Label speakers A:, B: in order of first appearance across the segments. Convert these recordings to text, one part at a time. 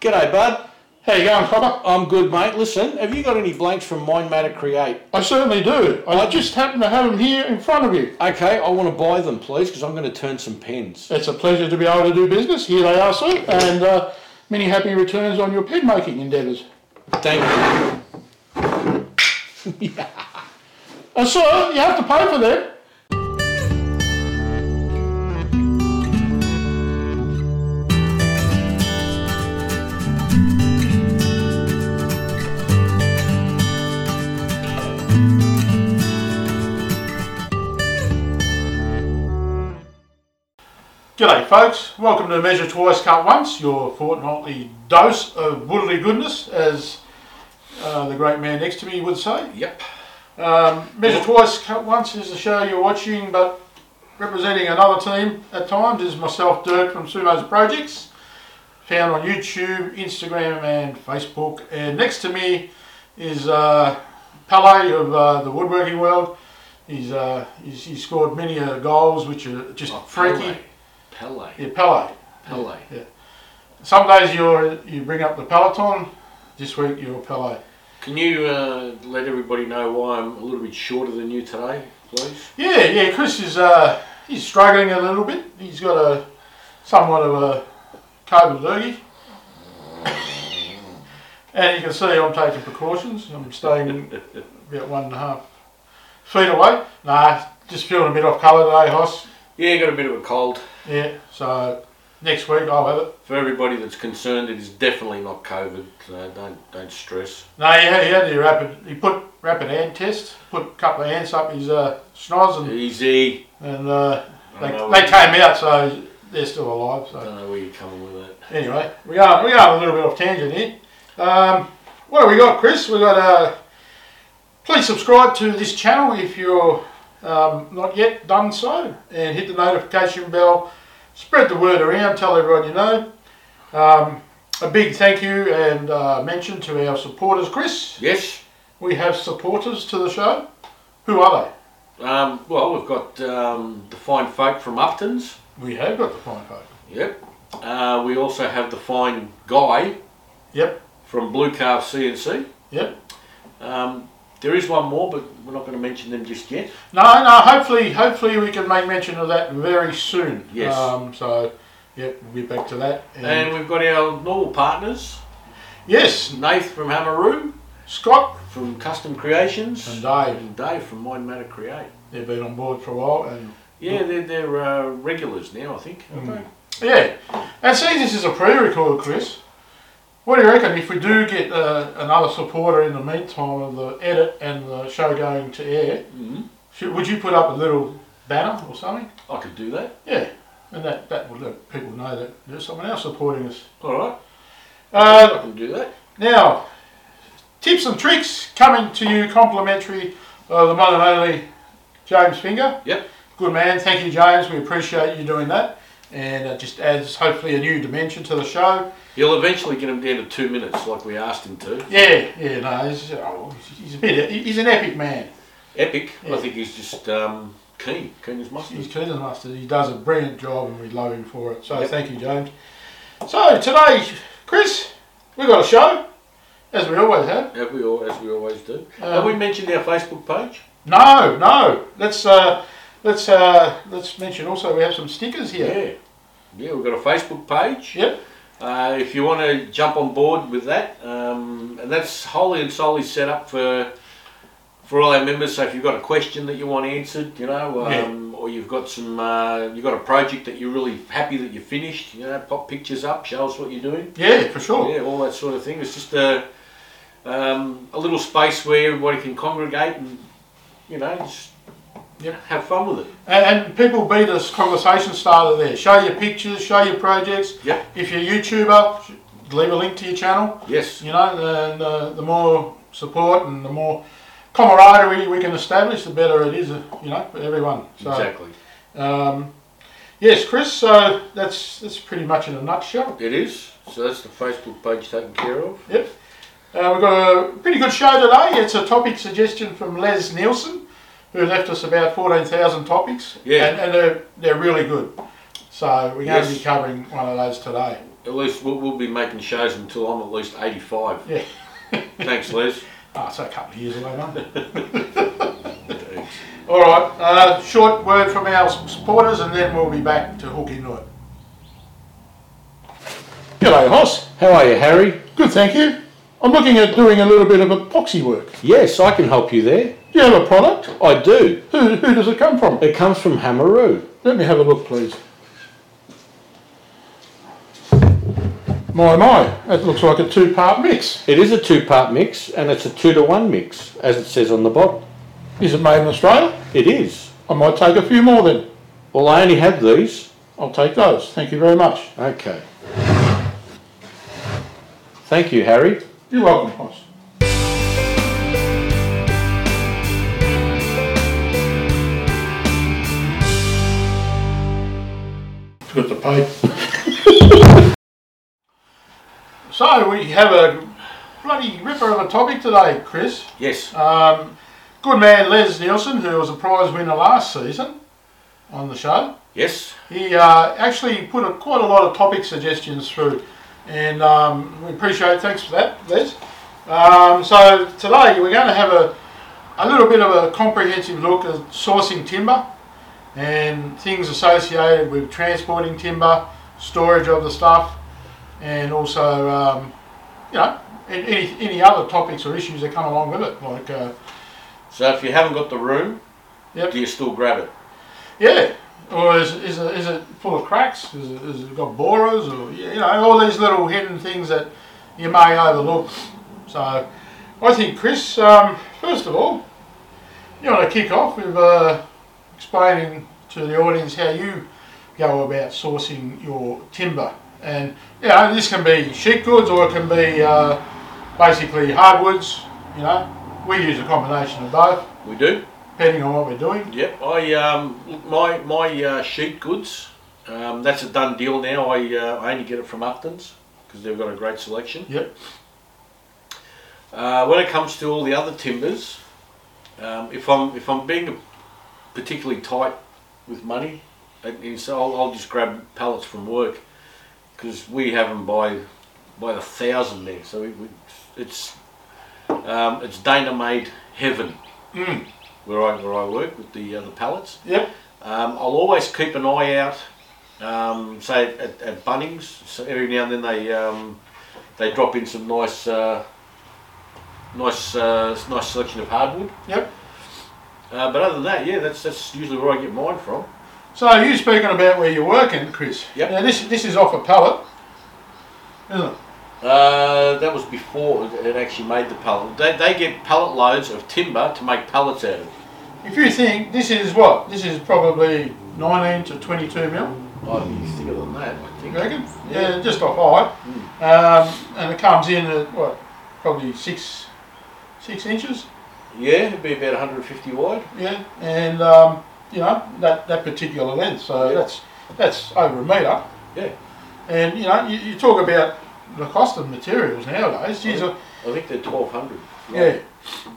A: G'day, bud.
B: How you going, Cropper?
A: I'm good, mate. Listen, have you got any blanks from Mind Matter Create?
B: I certainly do. I just happen to have them here in front of you.
A: Okay, I want to buy them, please, because I'm going to turn some pens.
B: It's a pleasure to be able to do business. Here they are, sir, and uh, many happy returns on your pen making endeavours.
A: Thank you.
B: Uh, sir, you have to pay for them. G'day, folks. Welcome to Measure Twice, Cut Once, your fortnightly dose of woodley goodness, as uh, the great man next to me would say.
A: Yep.
B: Um, measure twice, cut once is the show you're watching, but representing another team at times is myself, Dirk from Sumo's Projects, found on YouTube, Instagram, and Facebook. And next to me is uh, Pele of uh, the woodworking world. He's, uh, he's he's scored many uh, goals, which are just
A: Oh,
B: freaky.
A: Pele.
B: Yeah, Pele.
A: Pele.
B: Some days you you bring up the Peloton. This week you're Pele.
A: Can you uh, let everybody know why I'm a little bit shorter than you today, please?
B: Yeah, yeah. Chris is uh, he's struggling a little bit. He's got a somewhat of a COVID lurgy, and you can see I'm taking precautions. I'm staying about one and a half feet away. Nah, just feeling a bit off colour today, Hoss.
A: Yeah, got a bit of a cold.
B: Yeah. So next week I'll have it.
A: For everybody that's concerned, it is definitely not COVID. So don't don't stress.
B: No, he had, he had the rapid. He put rapid hand test. Put a couple of ants up his uh, schnoz, and,
A: Easy.
B: and uh,
A: I
B: they,
A: know
B: they
A: where-
B: came out, so they're still alive. So.
A: I don't know where you're coming with that.
B: Anyway, we are we are a little bit off tangent here. Um, what have we got, Chris? We got. Uh, please subscribe to this channel if you're um, not yet done so, and hit the notification bell. Spread the word around. Tell everyone you know. Um, a big thank you and uh, mention to our supporters, Chris.
A: Yes.
B: We have supporters to the show. Who are
A: Um, well, we've got um, the fine folk from Upton's.
B: they? We have got the fine folk.
A: Yep. Uh, we also have the fine guy
B: Yep,
A: from Blue Calf CNC.
B: yep.
A: Um, there is one more, but we're not going to mention them just yet.
B: No, no. Hopefully, hopefully we can make mention of that very soon.
A: Yes.
B: Um, so, yep, we'll be back to that. And,
A: And we've got our normal partners
B: yes,
A: Nath from Hammeroo,
B: Scott
A: from Custom Creations,
B: and Dave,
A: and Dave from Mind Matter Create.
B: they've been on board for a while, and
A: Yeah,
B: Oh.
A: they're, they're uh, regulars now, I think. aren't
B: Mm. yeah. And see, this is a pre-record, Chris. What do you reckon if we do get uh, another supporter in the meantime of the edit and the show going to air?
A: they? Mhm.
B: Should, would you put up a little banner or something?
A: I could do that.
B: Yeah, and that that would let people know that there's someone else supporting us.
A: All right.
B: Uh,
A: I can do that.
B: Now, tips and tricks coming to you complimentary of the one and only James Finger.
A: Yep.
B: Good man. Thank you, James. We appreciate you doing that. And it just adds, hopefully, a new dimension to the show.
A: He'll eventually get him down to two minutes, like we asked him to.
B: Yeah, yeah, no, he's, oh, he's a bit, he's an epic man.
A: Epic.
B: Yeah.
A: I think he's just um, keen, keen as mustard.
B: He's Cleveland Mustard. He does a brilliant job and we love him for it. So
A: Yep.
B: thank you, James. So today, Chris, we've got a show, as we always have.
A: Have we all, as we always do.
B: Um,
A: Have we mentioned our Facebook page?
B: No, no. Let's uh, let's uh, let's mention also we have some stickers here.
A: yeah. Yeah, we've got a Facebook page.
B: Yep.
A: Uh, if you want to jump on board with that, um, and that's wholly and solely set up for for all our members. So if you've got a question that you want answered, you know, um, or you've got some, uh, you've got a project that you're really happy that you finished, you know, pop pictures up, show us what you're doing.
B: Yeah, for sure.
A: Yeah, all that sort of thing. It's just a um, a little space where everybody can congregate and you know just
B: Yep.
A: have fun with it.
B: And, and people be this conversation starter there. Show your pictures, show your projects.
A: Yep.
B: If you're a YouTuber, sh- leave a link to your channel.
A: Yes.
B: You know, and uh, the more support and the more camaraderie we can establish, the better it is. uh, You know, for everyone. So,
A: Exactly.
B: um, yes, Chris. So that's that's pretty much in a nutshell.
A: It is. So that's the Facebook page taken care of.
B: Yep. Uh, we've got a pretty good show today. It's a topic suggestion from Les Nielsen, who left us about 14,000 topics.
A: Yeah.
B: And, and they're, they're really good. So we're going
A: Yes.
B: to be covering one of those today.
A: at least we'll, we'll be making shows until I'm at least 85.
B: Yeah.
A: Thanks, Les.
B: Oh, so a couple of years away, mate.
A: Thanks.
B: All right, uh, short word from our supporters, and then we'll be back to hook into it. G'day, Hoss.
A: How are you, Harry?
B: Good, thank you. I'm looking at doing a little bit of epoxy work.
A: Yes, I can help you there.
B: Do you have a product?
A: I do.
B: Who, who does it come from?
A: It comes from Hamaru.
B: Let me have a look, please. My, my, that looks like a two-part mix.
A: It is a two part mix and it's a two to one mix, as it says on the bottle.
B: Is it made in Australia?
A: It is.
B: I might take a few more then.
A: Well, I only have these.
B: I'll take those. Thank you very much.
A: Okay. Thank you, Harry.
B: You're welcome, Hoss. Got the pipe. so we have a bloody ripper of a topic today, Chris.
A: Yes.
B: Um, good man Les Nielsen, who was a prize winner last season on the show,
A: Yes.
B: he uh, actually put a, quite a lot of topic suggestions through, and um, we appreciate. Thanks for that, Les. Um, so today we're going to have a a little bit of a comprehensive look at sourcing timber and things associated with transporting timber, storage of the stuff, and also um, you know an- any any other topics or issues that come along with it, like. Uh,
A: So if you haven't got the room,
B: Yep.
A: do you still grab it?
B: Yeah. Or is, is, it, is it full of cracks? Is it, is it got borers? Or you know, all these little hidden things that you may overlook. So, I think Chris, um, first of all, you want to kick off with uh, explaining to the audience how you go about sourcing your timber, and you know, this can be sheet goods or it can be uh, basically hardwoods. You know, we use a combination of both,
A: We do.
B: depending on what we're doing.
A: Yep, I um, look, my my uh, sheet goods. Um, that's a done deal now. I, uh, I only get it from Upton's because they've got a great selection.
B: Yep.
A: Uh, when it comes to all the other timbers, um, if I'm if I'm being particularly tight with money, that means so I'll, I'll just grab pallets from work because we have them by by the thousand there. So it, it's um, it's Dana made heaven
B: Mm.
A: where I where I work with the uh, the pallets.
B: Yep.
A: Um, I'll always keep an eye out, um, say at, at Bunnings. So every now and then they um, they drop in some nice, uh, nice, uh, nice selection of hardwood.
B: Yep.
A: Uh, but other than that, yeah, that's that's usually where I get mine from.
B: So you speaking about where you're working, Chris?
A: Yep.
B: Now this this is off a pallet, isn't it?
A: Uh, that was before it it actually made the pallet. They, they get pallet loads of timber to make pallets out of.
B: If you think this is what this is probably 19 to 22 mil,
A: I'm Oh, thicker than that, I
B: you
A: think.
B: reckon?
A: Yeah. Hmm.
B: Yeah, just off high, um, and it comes in at what probably six six inches.
A: Yeah, it'd be about 150 wide.
B: Yeah, and um, you know that that particular length. So
A: Yeah.
B: that's that's over a metre.
A: Yeah.
B: And you know you, you talk about the cost of materials nowadays. Geez, I-
A: I think they're 1200.
B: Yeah,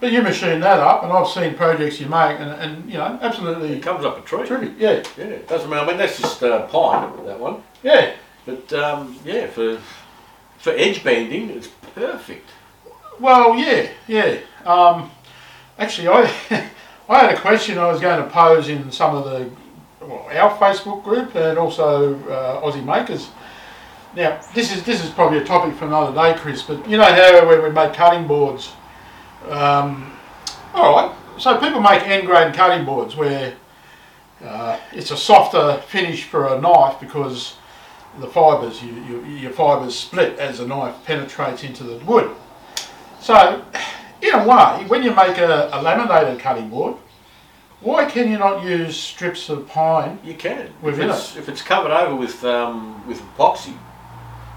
B: but you machine that up, and I've seen projects you make, and, and you know, absolutely
A: It comes up a tree.
B: terrific. Yeah,
A: Yeah, it doesn't matter. I mean, that's just uh, pine, that one.
B: yeah.
A: But um, yeah, for for edge banding, it's perfect.
B: Well, yeah, yeah. Um, actually, I I had a question I was going to pose in some of the well, our Facebook group and also uh, Aussie Makers. Now, this is this is probably a topic for another day, Chris. But you know how when we make cutting boards, um, all right. So people make end grain cutting boards where uh, it's a softer finish for a knife because the fibres you, you, your fibres split as the knife penetrates into the wood. So, in a way, when you make a, a laminated cutting board, why can you not use strips of pine?
A: You can if
B: Within
A: it's if it's covered over with um, with epoxy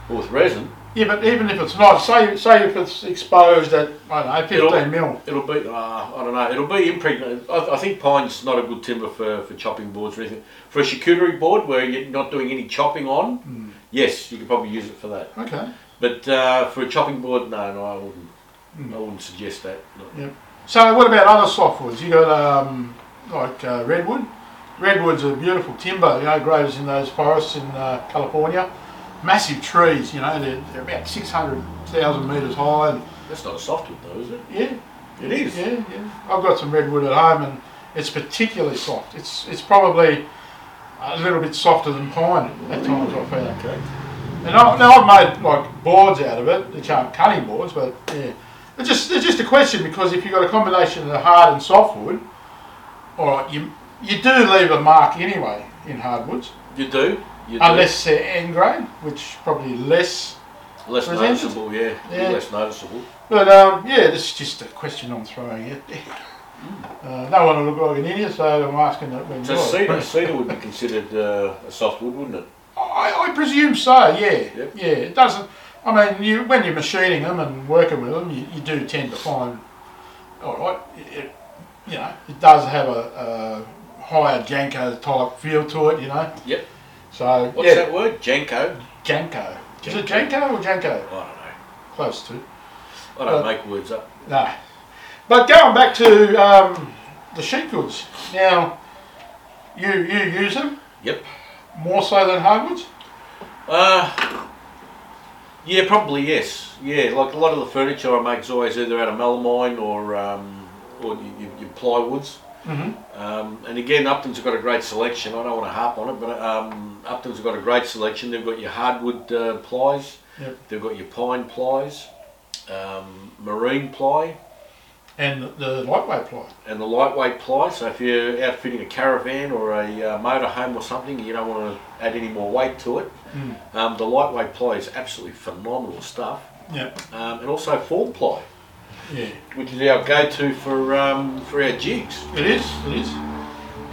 A: or with resin,
B: Yeah, but even if it's not, say say if it's exposed at I don't know
A: It'll-
B: 15 mil.
A: it'll be uh, I don't know. It'll be impregnated. I, I think pine's not a good timber for, for chopping boards or anything. For a charcuterie board where you're not doing any chopping on, yes, you could probably use it for that.
B: Okay.
A: But uh, for a chopping board, no, no, I wouldn't. I wouldn't suggest that. No.
B: So what about other softwoods? You got um, like uh, redwood. Redwood's a beautiful timber. You know, grows in those forests in uh, California, massive trees. You know, they're, they're about six hundred thousand metres high, and
A: That's not a softwood though, is it?
B: yeah,
A: It is.
B: yeah, yeah. I've got some redwood at home, and it's particularly soft. It's it's probably a little bit softer than pine at times. I found.
A: Okay.
B: And I, now I've made like boards out of it, which aren't cutting boards, but yeah, it's just it's just a question because if you've got a combination of the hard and softwood, all right, you you do leave a mark anyway in hardwoods,
A: You do. You do.
B: unless they're end grain, which probably less.
A: less
B: presented.
A: noticeable, yeah.
B: Yeah.
A: Less noticeable.
B: But um, yeah, this is just a question I'm throwing out there.
A: Mm.
B: Uh, no one will look like an idiot, so I'm asking that when
A: So
B: you're-
A: cedar, cedar would be considered uh, a softwood, wouldn't it?
B: I, I presume so. Yeah,
A: Yep.
B: yeah. It doesn't. I mean, you when you're machining them and working with them, you, you do tend to find, all right, it, it- you know, it does have a, a higher Janko type feel to it. You know.
A: Yep.
B: So
A: What's
B: yeah,
A: that word? Janko?
B: Janko. Is it Janko or Janko?
A: I don't know.
B: Close to.
A: I don't
B: Uh,
A: make words up.
B: No. But going back to um, the sheet goods. Now, you you use them
A: Yep.
B: more so than hardwoods.
A: Uh, yeah, probably yes. Yeah, like a lot of the furniture I make is always either out of melamine or um, or y y your plywoods.
B: Mm-hmm.
A: Um, and again, Upton's have got a great selection. I don't want to harp on it, but um, Upton's have got a great selection. They've got your hardwood uh, plies,
B: Yep.
A: they've got your pine plies, um, marine ply,
B: And the- the lightweight ply.
A: and the lightweight ply. So if you're outfitting a caravan or a uh, motorhome or something, you don't want to add any more weight to it.
B: Mm.
A: Um, the lightweight ply is absolutely phenomenal stuff,
B: Yeah.
A: um, and also four ply,
B: Yeah.
A: which is our go-to for um, for our jigs.
B: It is, it is.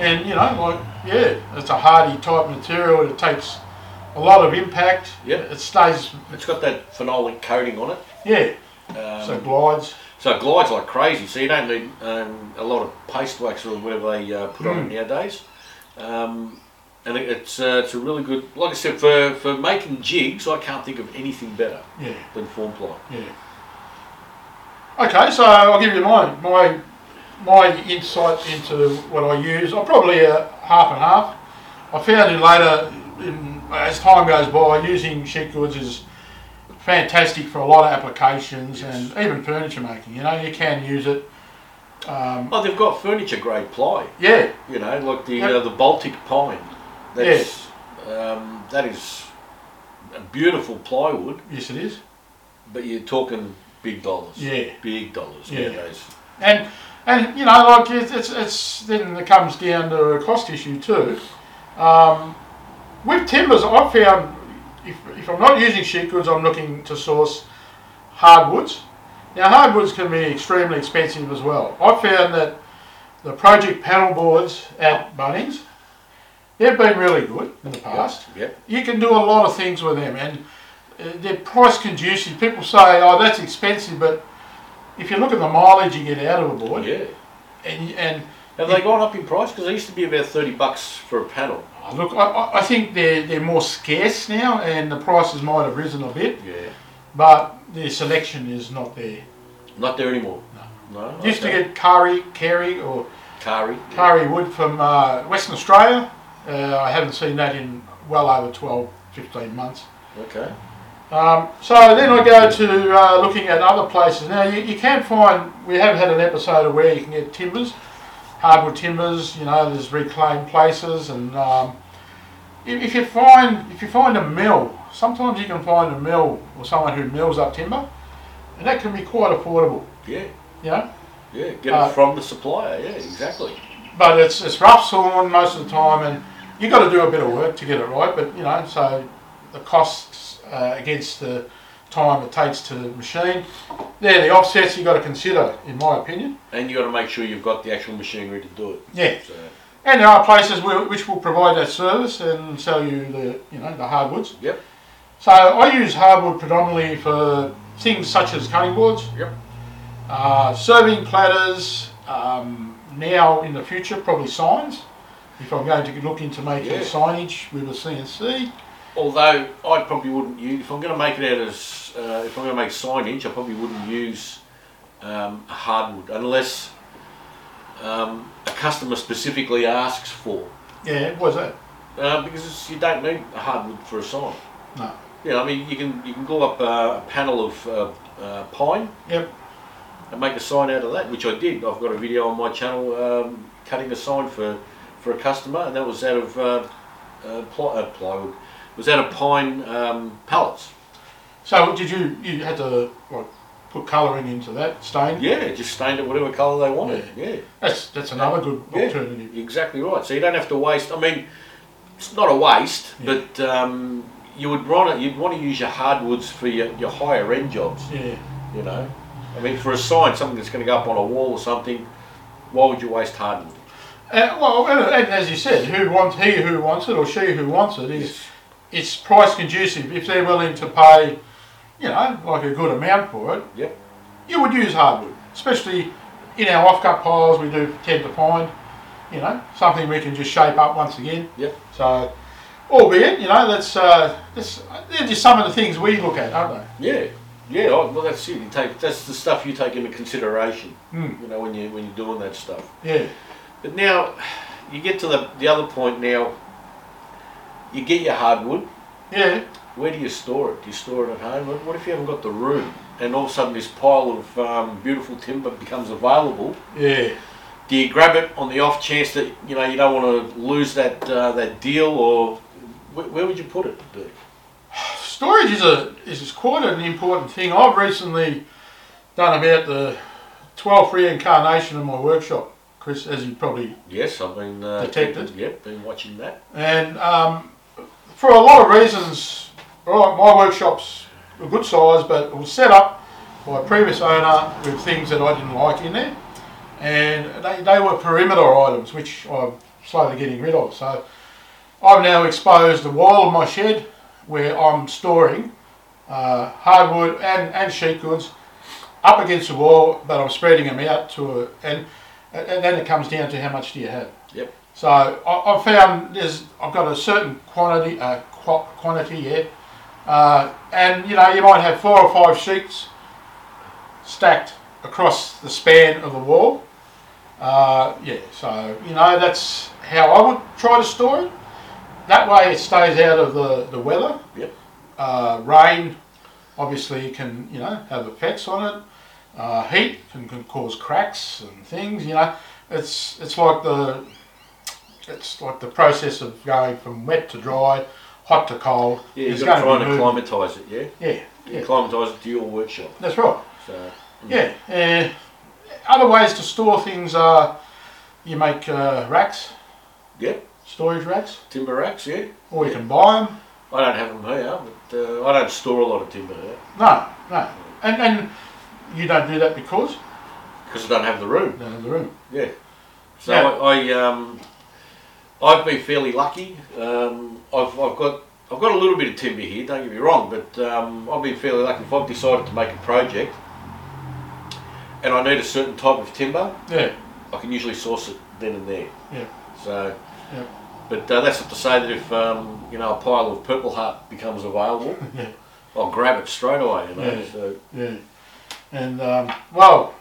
B: And you know, like, yeah, it's a hardy type material. It takes a lot of impact.
A: Yep.
B: It stays,
A: It's got that phenolic coating on it.
B: yeah,
A: Um,
B: so glides.
A: So it glides like crazy, so you don't need um, a lot of paste wax or whatever they uh, put
B: Hmm.
A: on it nowadays. Um, and it, it's uh, it's a really good, like I said, for, for making jigs, I can't think of anything better
B: Yeah,
A: than form ply.
B: yeah. Okay, so I'll give you my my my insight into what I use. I'm probably a half and half. I found in later, in, as time goes by, using sheet goods is fantastic for a lot of applications
A: Yes.
B: and even furniture making. You know, you can use it. Um,
A: Oh, they've got furniture grade ply,
B: Yeah,
A: you know, like the
B: Yep.
A: uh, the Baltic pine. That's, um, that is a beautiful plywood,
B: yes, it is.
A: but you're talking big dollars.
B: Yeah.
A: Big dollars
B: Yeah.
A: nowadays.
B: And and you know, like it's it's, it's then it comes down to a cost issue too. Um, with timbers, I've found if, if I'm not using sheet goods, I'm looking to source hardwoods. Now, hardwoods can be extremely expensive as well. I found that the project panel boards at Bunnings, they've been really good in the past.
A: Yep.
B: you can do a lot of things with them and uh, they're price conducive. People say, oh, that's expensive, but if you look at the mileage you get out of a board,
A: Yeah.
B: and, and
A: Have they gone up in price? Because they used to be about 30 bucks for a panel.
B: oh, look, I- I, I think they're, they're more scarce now and the prices might have risen a bit,
A: Yeah.
B: but the selection is not there.
A: Not there anymore. No. No.
B: Used to
A: okay.
B: get Kari, Kerry or
A: Kari.
B: Kari wood from uh, Western Australia. Uh, I haven't seen that in well over 12, 15 months.
A: Okay.
B: Um, so then I go to uh, looking at other places. Now you, you can find we have had an episode of where you can get timbers, hardwood timbers. You know, there's reclaimed places, and um, if, if you find if you find a mill, sometimes you can find a mill or someone who mills up timber, and that can be quite affordable.
A: Yeah.
B: You know,
A: Yeah. Get
B: Uh,
A: it from the supplier. Yeah. Exactly.
B: but it's it's rough sawn most of the time, and you got to do a bit of work to get it right. But you know, so the costs uh, against the time it takes to machine, they're the offsets you got to consider, in my opinion.
A: And you got to make sure you've got the actual machinery to do it.
B: Yeah,
A: So
B: and there are places where, which will provide that service and sell you the you know the hardwoods.
A: Yep.
B: So I use hardwood predominantly for things such as cutting boards.
A: Yep.
B: Uh, serving platters. Um, now in the future, probably signs. If I'm going to look into making
A: Yeah.
B: signage with a CNC.
A: although I probably wouldn't use if I'm going to make it out as uh, if I'm going to make signage, I probably wouldn't use um, hardwood unless um, a customer specifically asks for.
B: Yeah, what was that?
A: Uh, because it's, you don't need a hardwood for a sign.
B: No.
A: You know, I mean, you can you can glue up uh, a panel of uh, uh, pine
B: Yep.
A: and make a sign out of that, which I did. I've got a video on my channel um, cutting a sign for, for a customer, and that was out of uh, uh, ply, uh, plywood. It was out of pine um, pallets.
B: So did you? You had to what, put colouring into that stain.
A: Yeah, just stained it whatever colour they wanted. Yeah.
B: That's that's another good
A: Yeah. e,
B: alternative.
A: exactly right. So you don't have to waste. I mean, it's not a waste,
B: Yeah.
A: but um, you would want to, you'd want to use your hardwoods for your, your higher end jobs.
B: Yeah.
A: You know, I mean, for a sign, something that's going to go up on a wall or something. Why would you waste hardwood?
B: Uh, well, and, and as you said, who wants he who wants it or she who wants it is it's price conducive. If they're willing to pay, you know, like a good amount for it,
A: Yep.
B: you would use hardwood, especially in our off-cut piles. We do tend to find, you know, something we can just shape up once again.
A: Yep.
B: So, albeit, you know, that's uh, that's they're just some of the things we look at, aren't they?
A: Yeah. Yeah. oh, Well, that's it. You take that's the stuff you take into consideration.
B: Mm.
A: You know, when you when you're doing that stuff.
B: Yeah.
A: But now, you get to the the other point. Now, you get your hardwood.
B: Yeah.
A: Where do you store it? Do you store it at home? What- What if you haven't got the room and all of a sudden this pile of um, beautiful timber becomes available?
B: Yeah.
A: Do you grab it on the off chance that you know you don't want to lose that uh, that deal, or wh- where would you put it? Dirk?
B: Storage is a is quite an important thing. I've recently done about the twelfth reincarnation in my workshop, Chris, as you probably
A: Yes, I've been uh,
B: Detected.
A: Yep, been watching that.
B: and um, for a lot of reasons, all right, my workshop's a good size, but it was set up by a previous owner with things that I didn't like in there, and they, they were perimeter items, which I'm slowly getting rid of. So I've now exposed the wall of my shed where I'm storing uh, hardwood and, and sheet goods up against the wall, but I'm spreading them out to a, and and then it comes down to how much do you have.
A: Yep.
B: So I, I've found there's I've got a certain quantity, uh, qu- quantity yeah, uh, and you know you might have four or five sheets stacked across the span of the wall. Uh, yeah, so you know that's how I would try to store it. That way it stays out of the, the weather.
A: Yep.
B: Uh, rain obviously can you know have effects on it. Uh, heat can, can cause cracks and things. You know, it's it's like the it's like the process of going from wet to dry, hot to cold.
A: Yeah, you've
B: It's
A: got to try
B: gonna
A: and
B: be moving.
A: acclimatise it. Yeah,
B: Yeah,
A: yeah.
B: yeah,
A: acclimatise it to your workshop.
B: that's right.
A: So
B: Yeah. Uh, other ways to store things are you make uh, racks,
A: yep,
B: storage racks,
A: timber racks. Yeah,
B: or you can buy them.
A: I don't have them here, but uh, I don't store a lot of timber here
B: No, no. And, and you don't do that because
A: because I don't have the room.
B: you don't have the room.
A: Yeah. So
B: Yeah.
A: I, I um, I've been fairly lucky. Um, I've, I've got I've got a little bit of timber here. Don't get me wrong, but um, I've been fairly lucky. If I've decided to make a project, and I need a certain type of timber,
B: Yeah,
A: I can usually source it then and there.
B: Yeah.
A: So.
B: Yeah.
A: But uh, that's not to say that if um, you know a pile of purple heart becomes available,
B: Yeah.
A: I'll grab it straight away. You know.
B: Yeah.
A: So
B: yeah. And um, well,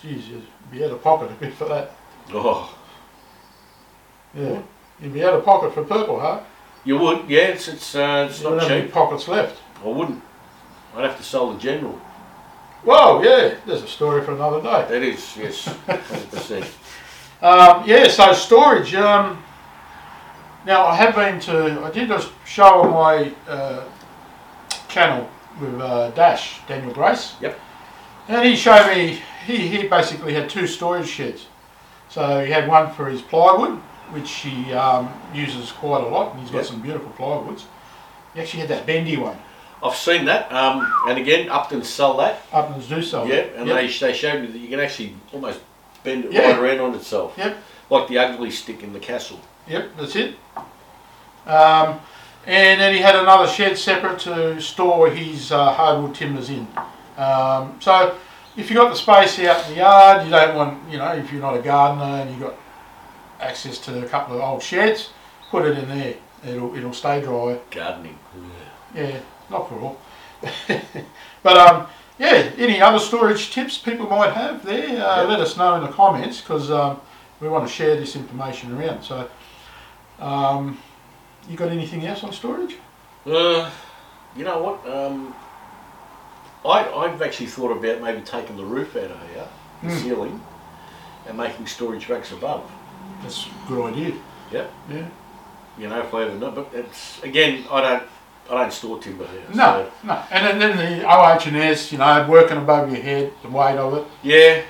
B: geez, you'd be out of pocket a bit for that.
A: oh,
B: Yeah, you'd be out of pocket for purple, huh?
A: you would, yeah. It's it's, uh, it's
B: You don't
A: not
B: have any
A: cheap.
B: pockets left.
A: I wouldn't. I'd have to sell the general.
B: Well, yeah, there's a story for another day.
A: That is, yes, hundred percent.
B: Um, yeah, so storage. Um, now I have been to. I did a show on my uh, channel with uh, Dash Daniel Grace.
A: Yep.
B: And he showed me. He he basically had two storage sheds. So he had one for his plywood, which he um, uses quite a lot, and he's got
A: Yep.
B: some beautiful plywoods. He actually had that bendy one.
A: I've seen that, um, and again, Upton sell that.
B: Upton's do so.
A: Yeah, and
B: Yep.
A: they they showed me that you can actually almost bend it
B: Yeah.
A: right around on itself.
B: Yep.
A: Like the ugly stick in the castle.
B: Yep, that's it. Um, and then he had another shed separate to store his uh, hardwood timbers in. Um, so if you've got the space out in the yard, you don't want, you know, if you're not a gardener and you've got access to a couple of old sheds, put it in there. It'll, it'll stay dry.
A: Gardening.
B: Yeah, not for all. but um, yeah, any other storage tips people might have there, uh,
A: Yep.
B: let us know in the comments because um, we want to share this information around. So, um, you got anything else on storage?
A: Uh, you know what? Um, I, I've actually thought about maybe taking the roof out of here, the
B: Mm.
A: ceiling, and making storage racks above.
B: That's a good idea.
A: Yep.
B: Yeah.
A: You know, if I ever know. But it's again, I don't, I don't store timber here.
B: No, no. And then, then the OH and S, you know, working above your head, the weight of
A: So,
B: it.
A: yeah,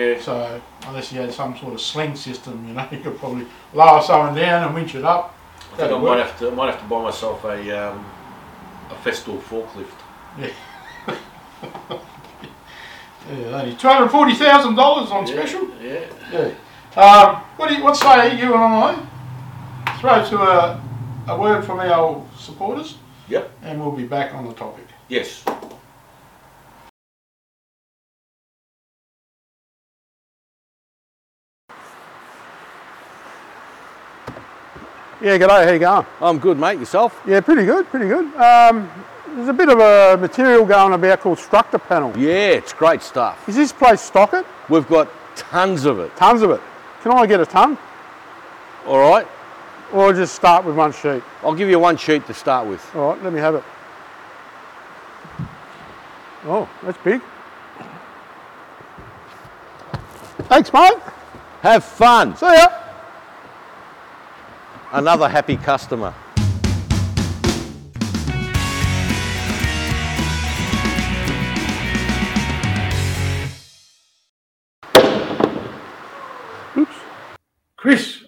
A: yeah,
B: So unless you had some sort of sling system, you know, you could probably lower someone down and winch it up.
A: I think
B: That'd
A: I might
B: work.
A: have to, I might have to buy myself a, um, a Festool forklift.
B: Yeah, only two hundred forty thousand dollars on
A: Yeah,
B: special.
A: Yeah.
B: Yeah. Um, what do you, what say you and I? Throw to a, a word from our supporters,
A: Yep.
B: and we'll be back on the topic.
A: Yes.
C: Yeah, g'day, how you going?
D: I'm good, mate. Yourself?
C: Yeah, pretty good, pretty good. Um, there's a bit of a material going about called structure panel.
D: Yeah, it's great stuff.
C: Is this place stock it?
D: We've got tons of it.
C: Tons of it. Can I get a ton?
D: All right.
C: Or just start with one sheet?
D: I'll give you one sheet to start with.
C: All right, let me have it. Oh, that's big. Thanks, mate.
D: Have fun.
C: See ya.
D: Another happy customer.
B: Chris,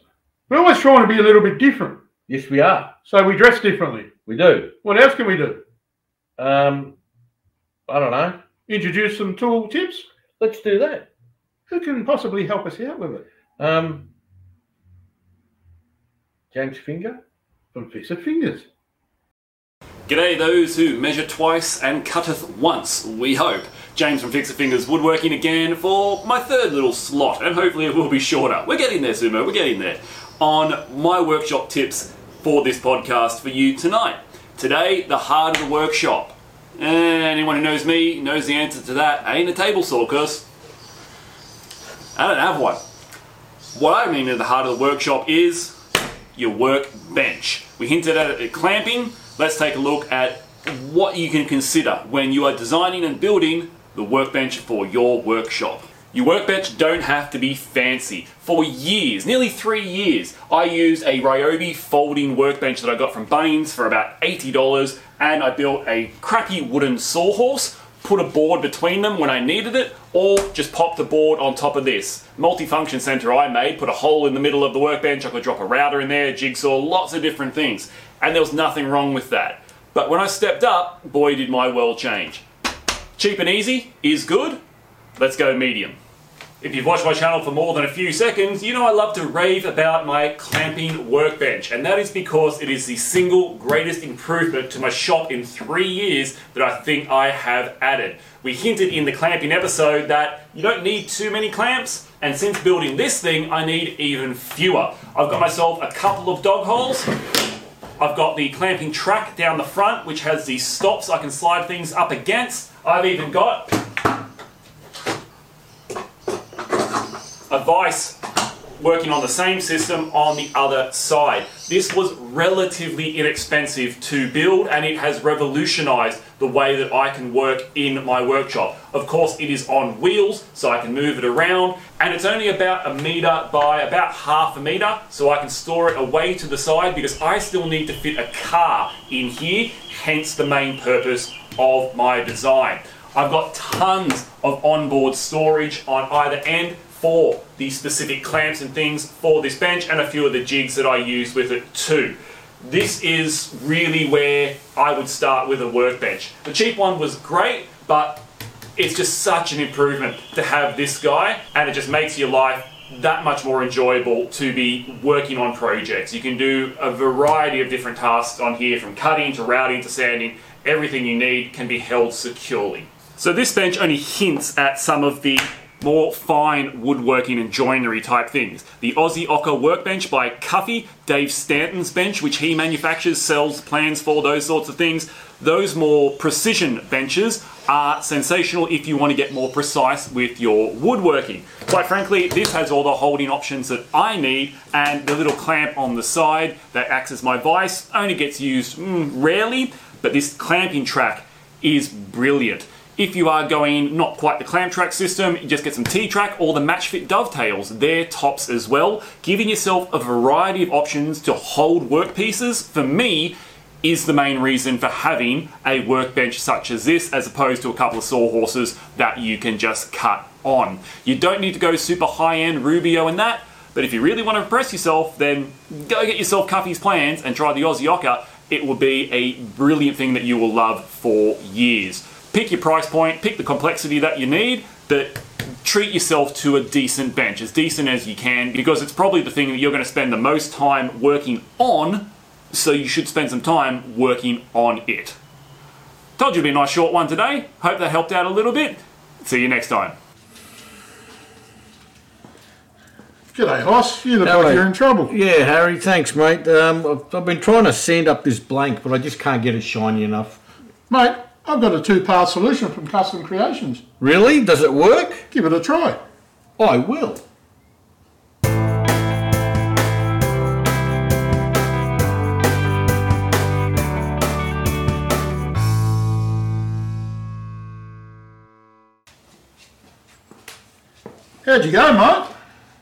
B: we're always trying to be a little bit different,
A: Yes, we are.
B: so we dress differently.
A: We do.
B: What else can we do?
A: Um, I don't know.
B: Introduce some tool tips.
A: Let's do that.
B: Who can possibly help us out with it?
A: Um, James Finger.
B: From Fist of Fingers.
E: G'day those who measure twice and cutteth once, we hope. James from Fixer Fingers woodworking again for my third little slot, and hopefully it will be shorter. We're getting there, Sumo, we're getting there. On my workshop tips for this podcast for you tonight. Today, the heart of the workshop. Anyone who knows me knows the answer to that. Ain't a table saw, cuz. I don't have one. What I mean at the heart of the workshop is your workbench. We hinted at it at clamping. Let's take a look at what you can consider when you are designing and building the workbench for your workshop. Your workbench don't have to be fancy. For years, nearly three years, I used a Ryobi folding workbench that I got from Bunnings for about $80, and I built a crappy wooden sawhorse put a board between them when I needed it, or just pop the board on top of this. Multifunction center I made, put a hole in the middle of the workbench, I could drop a router in there, a jigsaw, lots of different things. And there was nothing wrong with that. But when I stepped up, boy did my world change. Cheap and easy is good. Let's go medium. If you've watched my channel for more than a few seconds, you know I love to rave about my clamping workbench, and that is because it is the single greatest improvement to my shop in three years that I think I have added. We hinted in the clamping episode that you don't need too many clamps, and since building this thing, I need even fewer. I've got myself a couple of dog holes, I've got the clamping track down the front, which has these stops I can slide things up against. I've even got a vice working on the same system on the other side. This was relatively inexpensive to build and it has revolutionized the way that I can work in my workshop. Of course, it is on wheels, so I can move it around, and it's only about a meter by about half a meter, so I can store it away to the side because I still need to fit a car in here, hence the main purpose of my design. I've got tons of onboard storage on either end for the specific clamps and things for this bench and a few of the jigs that I use with it too. This is really where I would start with a workbench. The cheap one was great, but it's just such an improvement to have this guy, and it just makes your life that much more enjoyable to be working on projects. You can do a variety of different tasks on here from cutting to routing to sanding. Everything you need can be held securely. So, this bench only hints at some of the more fine woodworking and joinery type things. The Aussie Ocker workbench by Cuffy, Dave Stanton's bench, which he manufactures, sells plans for, those sorts of things. Those more precision benches are sensational if you want to get more precise with your woodworking. Quite frankly, this has all the holding options that I need, and the little clamp on the side that acts as my vise only gets used mm, rarely. But this clamping track is brilliant. If you are going not quite the clamp track system, you just get some T track or the match fit dovetails. They're tops as well, giving yourself a variety of options to hold workpieces. For me, is the main reason for having a workbench such as this, as opposed to a couple of sawhorses that you can just cut on. You don't need to go super high end Rubio and that, but if you really want to impress yourself, then go get yourself Cuffy's plans and try the Aussie Ocker. It will be a brilliant thing that you will love for years. Pick your price point, pick the complexity that you need, but treat yourself to a decent bench, as decent as you can, because it's probably the thing that you're going to spend the most time working on so you should spend some time working on it. Told you it'd be a nice short one today. Hope that helped out a little bit. See you next time.
B: G'day, Hoss. You look
F: Hello.
B: like you're in trouble.
F: Yeah, Harry, thanks, mate. Um, I've, I've been trying to sand up this blank, but I just can't get it shiny enough.
B: Mate, I've got a two part solution from Custom Creations.
F: Really? Does it work?
B: Give it a try.
F: I will.
B: How'd you go, mate?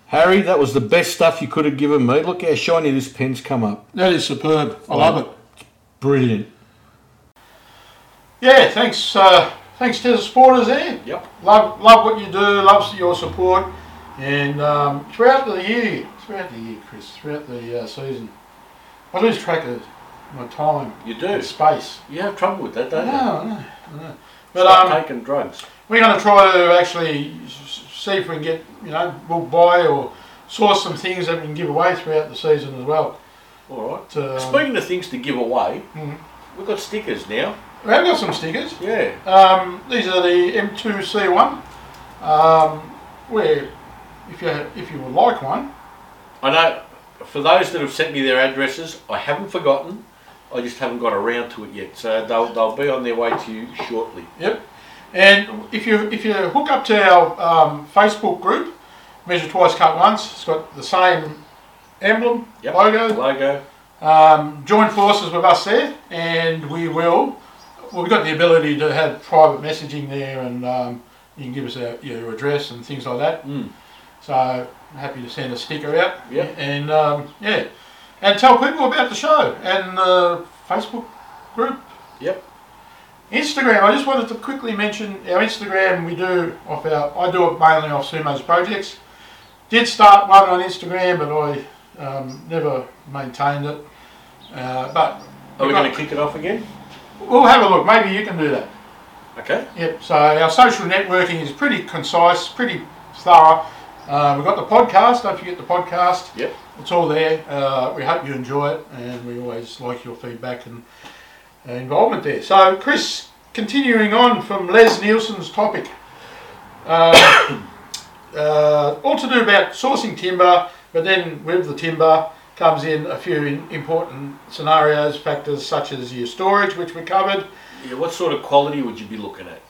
F: Harry, that was the best stuff you could have given me. Look how shiny this pen's come up.
B: That is superb. I love it.
F: Brilliant.
B: Yeah, thanks. Uh, thanks to the supporters there.
A: Yep.
B: Love, love what you do. Loves your support. And um, throughout the year, throughout the year, Chris, throughout the uh, season, I lose track of my time
A: You
B: and
A: do.
B: space.
A: You have trouble with that, don't
B: No,
A: you?
B: no, no. But
F: Ah.
A: Stop
B: um,
A: taking drugs.
B: we're going to try to actually s- see if we can get, you know, we'll buy or source some things that we can give away throughout the season as well.
A: All right.
B: To, um,
A: Speaking of things to give away,
B: Mhm.
A: we've got stickers now.
B: we have got some stickers.
A: Yeah.
B: Um, these are the M2C1. Um, where, if you if you would like one,
A: I know. For those that have sent me their addresses, I haven't forgotten. I just haven't got around to it yet. So they'll, they'll be on their way to you shortly.
B: yep. And if you if you hook up to our um, Facebook group, Measure Twice, Cut Once, it's got the same emblem
A: Yep.
B: logo.
A: Logo.
B: Um, join forces with us there, and we will. Well, we've got the ability to have private messaging there, and um, you can give us our, your address and things like that.
A: Mm.
B: So happy to send a sticker out.
A: Yep.
B: And um, yeah, and tell people about the show and the Facebook group.
A: Yep.
B: Instagram. I just wanted to quickly mention our Instagram. We do off our. I do it mainly off Sumo's projects. Did start one on Instagram, but I um, never maintained it. Uh, but
A: Are we
B: We've got-
A: going to kick it off again?
B: we'll have a look. Maybe you can do that.
A: Okay.
B: Yep. So our social networking is pretty concise, pretty thorough. Uh, we've got the podcast. Don't forget the podcast.
A: Yep.
B: It's all there. Uh, we hope you enjoy it, and we always like your feedback and uh, involvement there. So, Chris, continuing on from Les Nielsen's topic, uh, uh, all to do about sourcing timber, but then with the timber comes in a few in- important scenarios, factors such as your storage, which we covered,
A: Yeah, what sort of quality would you be looking at?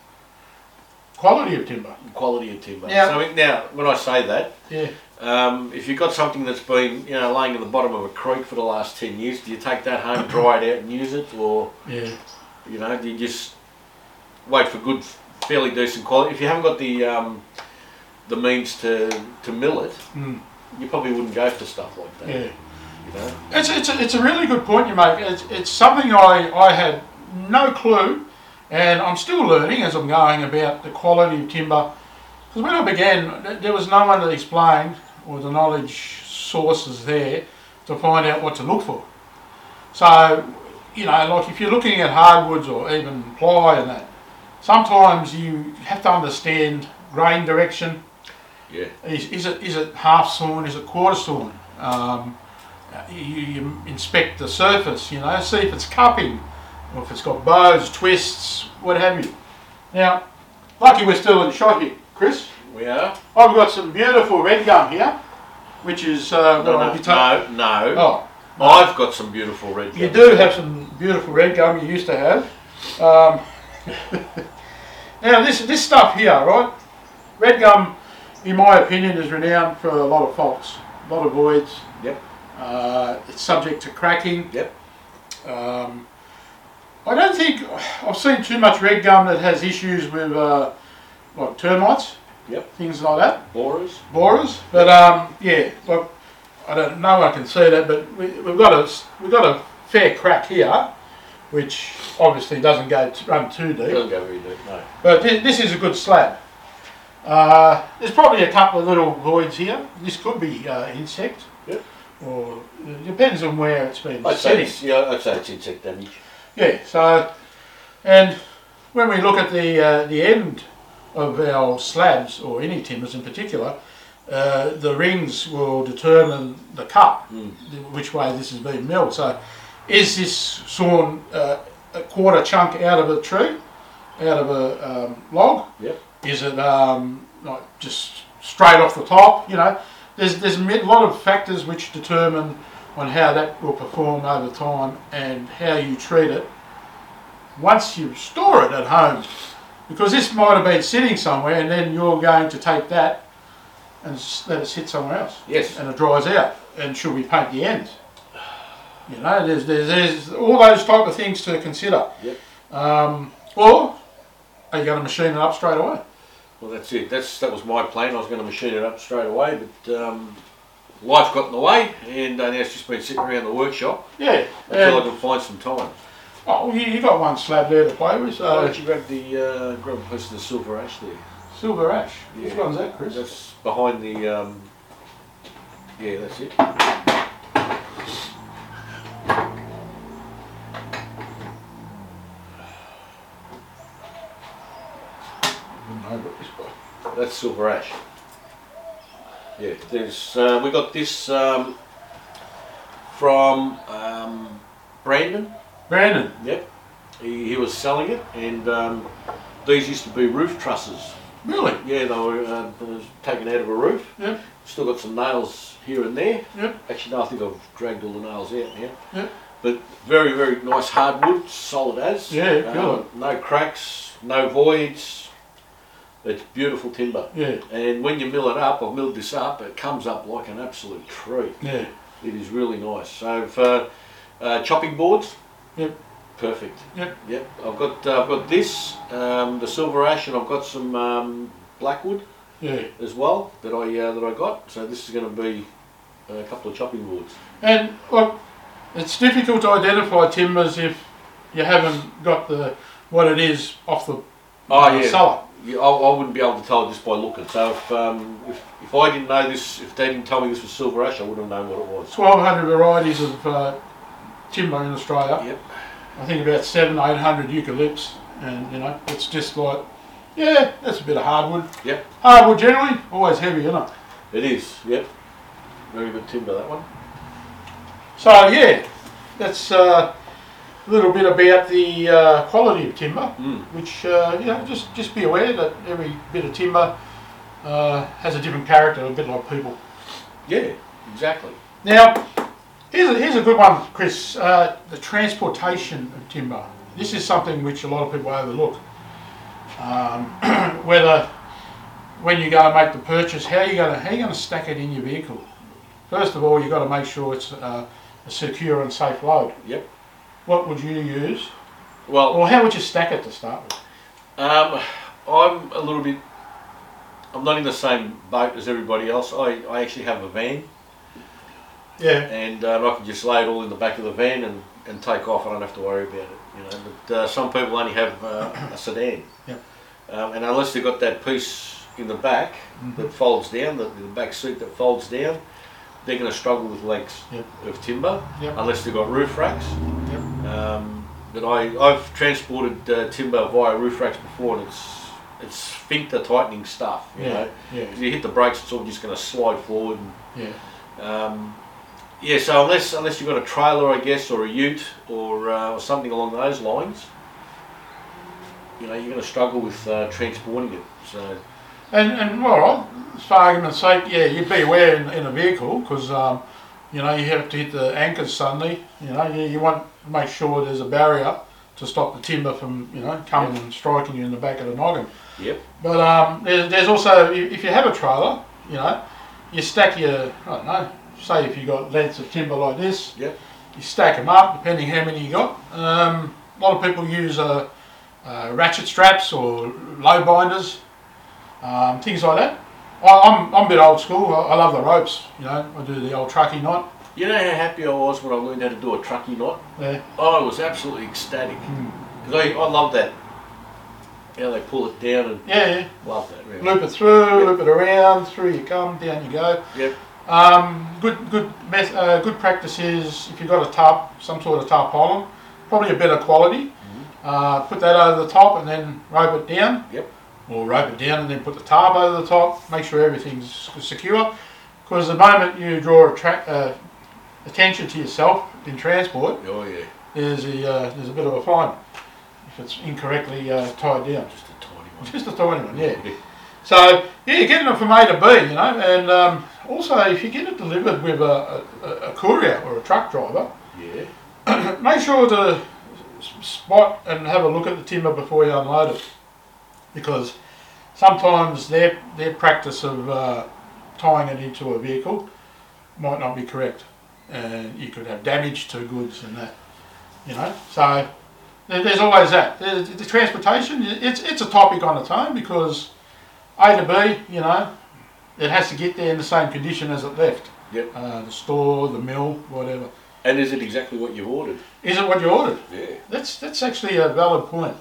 B: quality of timber.
A: Quality of timber.
B: Yeah.
A: So now, when I say that,
B: Yeah.
A: um, if you've got something that's been, you know, laying in the bottom of a creek for the last ten years, do you take that home, dry it out, and use it, or
B: Yeah.
A: you know, do you just wait for good, fairly decent quality? If you haven't got the um, the means to to mill it,
B: Mm.
A: you probably wouldn't go for stuff like that.
B: Yeah.
A: You know.
B: It's, it's, a, it's a really good point you make. It's, it's something I, I had no clue, and I'm still learning as I'm going about the quality of timber. Because when I began, th- there was no one that explained, or the knowledge sources there, to find out what to look for. So, you know, like if you're looking at hardwoods or even ply and that, sometimes you have to understand grain direction.
A: Yeah.
B: Is, is it is it half sawn? Is it quarter sawn? Um, you, you inspect the surface, you know, see if it's cupping, or if it's got bows, twists, what have you. Now, lucky we're still in shot here, Chris.
A: We are.
B: I've got some beautiful red gum here, which is uh, what
A: No,
B: I'll
A: no,
B: be ta-
A: no, no.
B: Oh,
A: I've got some beautiful red.
B: you
A: gum.
B: do have some beautiful red gum you used to have. Um, now this this stuff here, right? Red gum, in my opinion, is renowned for a lot of faults, a lot of voids.
A: Yep.
B: Uh, it's subject to cracking.
A: Yep.
B: Um, I don't think I've seen too much red gum that has issues with uh, like termites,
A: Yep.
B: things like that,
A: Borers.
B: borers. But um, yeah, like I don't know, I can see that, but we, we've got a s- we've got a fair crack here, which obviously doesn't go t- run too deep.
A: Doesn't go very deep, no.
B: But thi- this is a good slab. Uh, there's probably a couple of little voids here. This could be uh, insect.
A: Yep.
B: Or it depends on where it's been
A: I'd say,
B: sitting.
A: it's, yeah, I'd say it's insect damage.
B: Yeah. So, and when we look at the uh, the end of our slabs or any timbers in particular, uh, the rings will determine the cut, th- which way this has been milled. So, is this sawn uh, a quarter chunk out of a tree, out of a um, log?
A: Yep.
B: Is it um, like just straight off the top? You know, there's there's a mi- lot of factors which determine on how that will perform over time and how you treat it once you store it at home, because this might have been sitting somewhere and then you're going to take that and s- let it sit somewhere else
A: Yes.
B: and it dries out. And should we paint the ends? You know, there's there's, there's all those type of things to consider.
A: Yep.
B: Um, or are you going to machine it up straight away?
A: Well, that's it. That's that was my plan. I was going to machine it up straight away, but um, life got in the way, and uh, now it's just been sitting around the workshop
B: Yeah.
A: until
B: And,
A: I can find some time.
B: oh, you, you got one slab there to play with.
A: Why
B: So
A: don't you grab the uh, grab a piece of the silver ash there?
B: silver ash. Which
A: Yeah.
B: one's that, Chris?
A: That's behind the. Um, yeah, that's it. That's silver ash. Yeah, there's uh, we got this um, from um, Brandon.
B: Brandon.
A: Yep, he, he was selling it, and um, these used to be roof trusses.
B: Really?
A: Yeah, they were uh, they was taken out of a roof.
B: Yep.
A: Still got some nails here and there.
B: Yep.
A: Actually, no, I think I've dragged all the nails out now.
B: Yep.
A: But very, very nice hardwood, solid as.
B: Yeah,
A: Um,
B: good.
A: No cracks, no voids. It's beautiful timber.
B: Yeah.
A: And when you mill it up, I've milled this up, it comes up like an absolute tree.
B: Yeah.
A: It is really nice. So for uh, chopping boards,
B: Yep.
A: perfect.
B: Yep.
A: Yep. I've got uh, I've got this, um, the silver ash, and I've got some um, blackwood
B: Yeah.
A: as well that I uh, that I got. So this is going to be a couple of chopping boards.
B: And look, it's difficult to identify timbers if you haven't got the what it is off the
A: Oh,
B: the
A: yeah.
B: cellar.
A: You, I, I wouldn't be able to tell just by looking. So if, um, if if I didn't know this, if they didn't tell me this was silver ash, I wouldn't have known what it was.
B: 1,200 varieties of uh, timber in Australia.
A: Yep.
B: I think about seven, eight hundred eucalypts, and you know, it's just like, yeah, that's a bit of hardwood.
A: Yep.
B: Hardwood generally always heavy, isn't it?
A: It is. Yep. Very good timber that one.
B: So yeah, that's uh, a little bit about the uh, quality of timber,
A: Mm.
B: which uh, you know, just just be aware that every bit of timber uh, has a different character, a bit like people.
A: Yeah. Exactly.
B: Now, here's a, here's a good one, Chris. Uh, the transportation of timber. This is something which a lot of people overlook. Um, whether when you go to make the purchase, how you going to how you going to stack it in your vehicle. First of all, you've got to make sure it's uh, a secure and safe load.
A: Yep.
B: What would you use,
A: Well,
B: or how would you stack it to start with?
A: Um, I'm a little bit. I'm not in the same boat as everybody else. I, I actually have a van,
B: Yeah,
A: and um, I can just lay it all in the back of the van and, and take off. I don't have to worry about it, you know. But uh, some people only have uh, a sedan,
B: Yep.
A: um, and unless they've got that piece in the back
B: Mm-hmm.
A: that folds down, the, the back seat that folds down, they're going to struggle with legs
B: Yep.
A: of timber
B: Yep.
A: unless they've got roof racks.
B: Yep.
A: Um, but I, I've transported uh, timber via roof racks before, and it's it's sphincter tightening stuff. You
B: Yeah,
A: know,
B: yeah.
A: if you hit the brakes, it's all just going to slide forward.
B: yeah,
A: And, um, yeah, so unless unless you've got a trailer, I guess, or a Ute, or uh, or something along those lines, you know, you're going to struggle with uh, transporting it. So
B: and and all right, for argument's sake, yeah, you'd be aware in, in a vehicle because. Um, You know, you have to hit the anchors suddenly. You know, you, you want to make sure there's a barrier to stop the timber from, you know, coming and striking you in the back of the noggin.
A: yep,
B: But um, there's, there's also, i- if you have a trailer, you know, you stack your, I don't know, say if you got lengths of timber like this,
A: yep,
B: you stack them up depending how many you got. Um, a lot of people use uh, uh, ratchet straps or low binders, um, things like that. I, I'm, I'm a bit old school. I, I love the ropes. You know, I do the old truckie knot.
A: You know how happy I was when I learned how to do a truckie knot?
B: Yeah.
A: I was absolutely ecstatic. Because I, I love that. How they pull it down and
B: yeah,
A: love that.
B: yeah.
A: Really.
B: Loop it through, loop it around, through you come, down you go.
A: Yep.
B: Um, good, good, meth- uh, good practice is if you've got a tarp, some sort of tarpaulin, probably a better quality. Uh, put that over the top and then rope it down.
A: Yep.
B: Or rope it down and then put the tarp over the top. Make sure everything's secure. Because the moment you draw attra- uh, attention to yourself in transport,
A: Oh yeah,
B: there's a uh, there's a bit of a fine if it's incorrectly uh, tied down.
A: just a tiny one.
B: Just a tiny one, yeah. So yeah, getting it from A to B, you know, and um, also if you get it delivered with a, a, a courier or a truck driver,
A: Yeah.
B: make sure to s- spot and have a look at the timber before you unload it, because sometimes their their practice of uh, tying it into a vehicle might not be correct, and you could have damage to goods and that, you know. So there- there's always that. There's, the transportation it's it's a topic on its own because A to B, you know, it has to get there in the same condition as it left.
A: Yep.
B: Uh, the store, the mill, whatever.
A: And is it exactly what you ordered?
B: Is it what you ordered?
A: Yeah.
B: That's that's actually a valid point.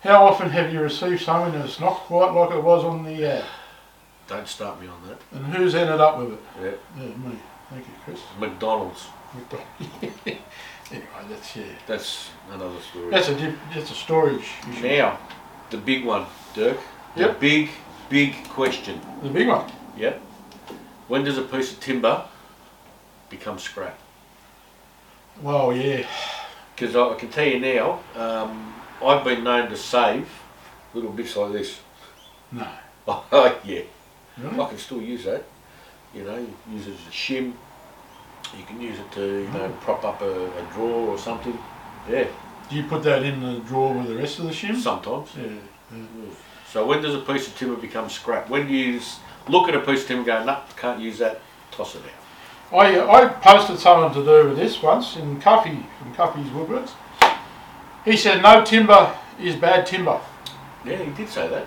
B: How often have you received something that's not quite like it was on the ad,
A: Don't start me on that.
B: and who's ended up with it?
A: Yeah.
B: Yeah, me. Thank you, Chris.
A: McDonald's.
B: anyway, that's yeah.
A: That's another story.
B: That's a dip, that's a storage issue.
A: now, the big one, Dirk. The
B: Yep.
A: big, big question.
B: The big one.
A: Yep. When does a piece of timber become scrap?
B: Well, yeah.
A: Because I I can tell you now, um, I've been known to save little bits like this.
B: No.
A: Oh yeah.
B: Really?
A: I can still use that. You know, you can use it as a shim. You can use it to, you know, prop up a, a drawer or something. Yeah,
B: Do you put that in the drawer with the rest of the shim?
A: sometimes.
B: Yeah.
A: So when does a piece of timber become scrap? When do you s- look at a piece of timber and go, no, can't use that, toss it out.
B: I, I posted something to do with this once in Cuffy from Cuffy's Woodworks. He said no timber is bad timber.
A: Yeah, he did say that.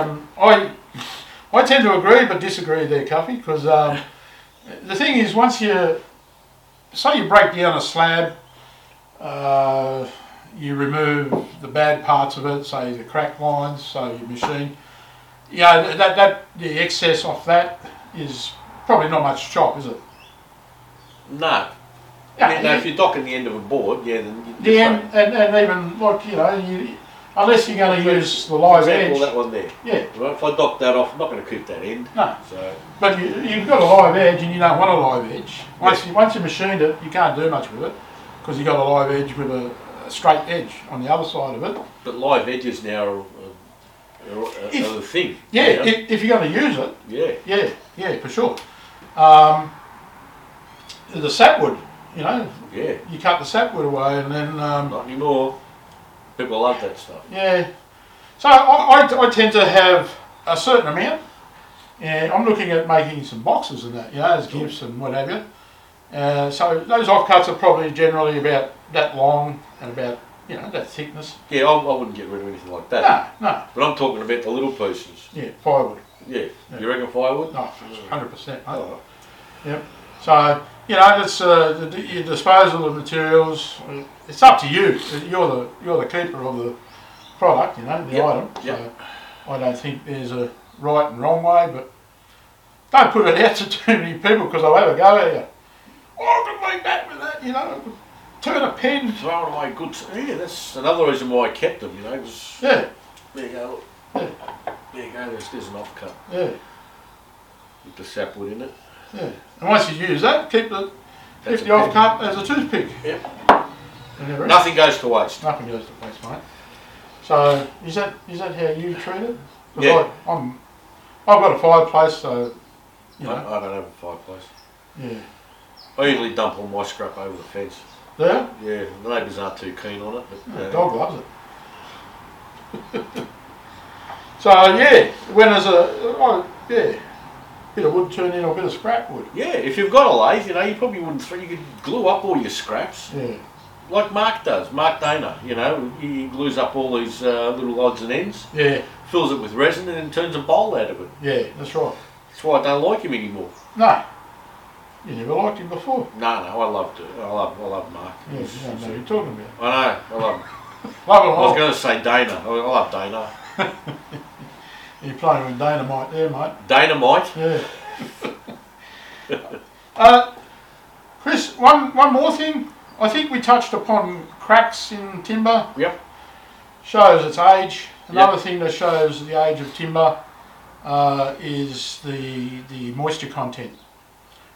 B: Um, I I tend to agree but disagree there, Cuffy, because um, the thing is, once you say you break down a slab, uh, you remove the bad parts of it, say the crack lines, so your machine, you know, that, that the excess off that is probably not much chop, is it?
A: No.
B: Yeah,
A: You know, if you're docking the end of a board, yeah, then you
B: the end, and, and even like you know, you, unless you're going to use the
A: For
B: live
A: example,
B: edge,
A: that one there.
B: yeah,
A: Right? If I dock that off, I'm not going to keep that end.
B: no.
A: So,
B: But you, you've got a live edge and you don't want a live edge. Once, you, once you've machined it, you can't do much with it because you've got a live edge with a, a straight edge on the other side of it.
A: but live edges now are, are, are,
B: If-
A: are the thing.
B: Yeah,
A: you know?
B: If, if you're going to use it,
A: yeah.
B: yeah, yeah, for sure. Um, the sapwood, you know,
A: Yeah,
B: you cut the sapwood away and then um,
A: not anymore. People love that stuff.
B: Yeah. So I, I, I tend to have a certain amount, and I'm looking at making some boxes and that, you know, as gifts and what have you. Uh, so those offcuts are probably generally about that long and about, you know, that thickness.
A: Yeah, I, I wouldn't get rid of anything like that.
B: No, no,
A: But I'm talking about the little pieces.
B: yeah, firewood.
A: Yeah, you reckon firewood?
B: No, 100%. mate.
A: Oh.
B: Yep. So, you know, it's uh, the, the- your disposal of materials. uh, It's up to you. You're the you're the keeper of the product. You know, the
A: Yep,
B: item.
A: yep.
B: So, I don't think there's a right and wrong way, but don't put it out to too many people because I'll have a go at you. Oh, I could make that with that. You know, turn a pen.
A: Throwing away good. s- Yeah, that's another reason why I kept them. You know, 'cause-
B: Yeah,
A: there you go. Look. There you go. There's, there's an offcut
B: yeah,
A: with the sapwood in it.
B: yeah. And once you use that, keep the
A: That's
B: keep
A: a
B: the
A: pen.
B: off cut as a toothpick.
A: Yep.
B: And everything.
A: Nothing goes to waste.
B: Nothing goes to waste, mate. So is that is that how you treat it? 'Cause
A: Yeah.
B: I, I'm, I've got a fireplace, so you
A: I,
B: know,
A: I don't have a fireplace.
B: yeah.
A: I usually dump all my scrap over the fence.
B: There,
A: Yeah, the neighbours aren't too keen on it, but
B: the
A: uh,
B: Hmm, dog loves it. so yeah, when there's a oh, yeah, bit of wood turned in or a bit of scrap wood.
A: yeah, if you've got a lathe, you know, you probably wouldn't throw. You could glue up all your scraps.
B: Yeah,
A: like Mark does, Mark Dana. You know, he glues up all these uh, little odds and ends,
B: Yeah,
A: fills it with resin, and then turns a bowl out of it.
B: yeah, that's right.
A: That's why I don't like him anymore.
B: No, you never liked him before.
A: No, no, I loved it. I love, I love Mark.
B: Yeah, you Oh. don't know who you're talking about.
A: I know, I love. Him.
B: Love
A: I was
B: it all.
A: going to say Dana. I I love Dana.
B: You're playing with dynamite there, mate.
A: Dynamite.
B: Yeah. uh, Chris, one, one more thing. I think we touched upon cracks in timber.
A: Yep.
B: Shows its age. Another thing that shows the age of timber uh, is the the moisture content.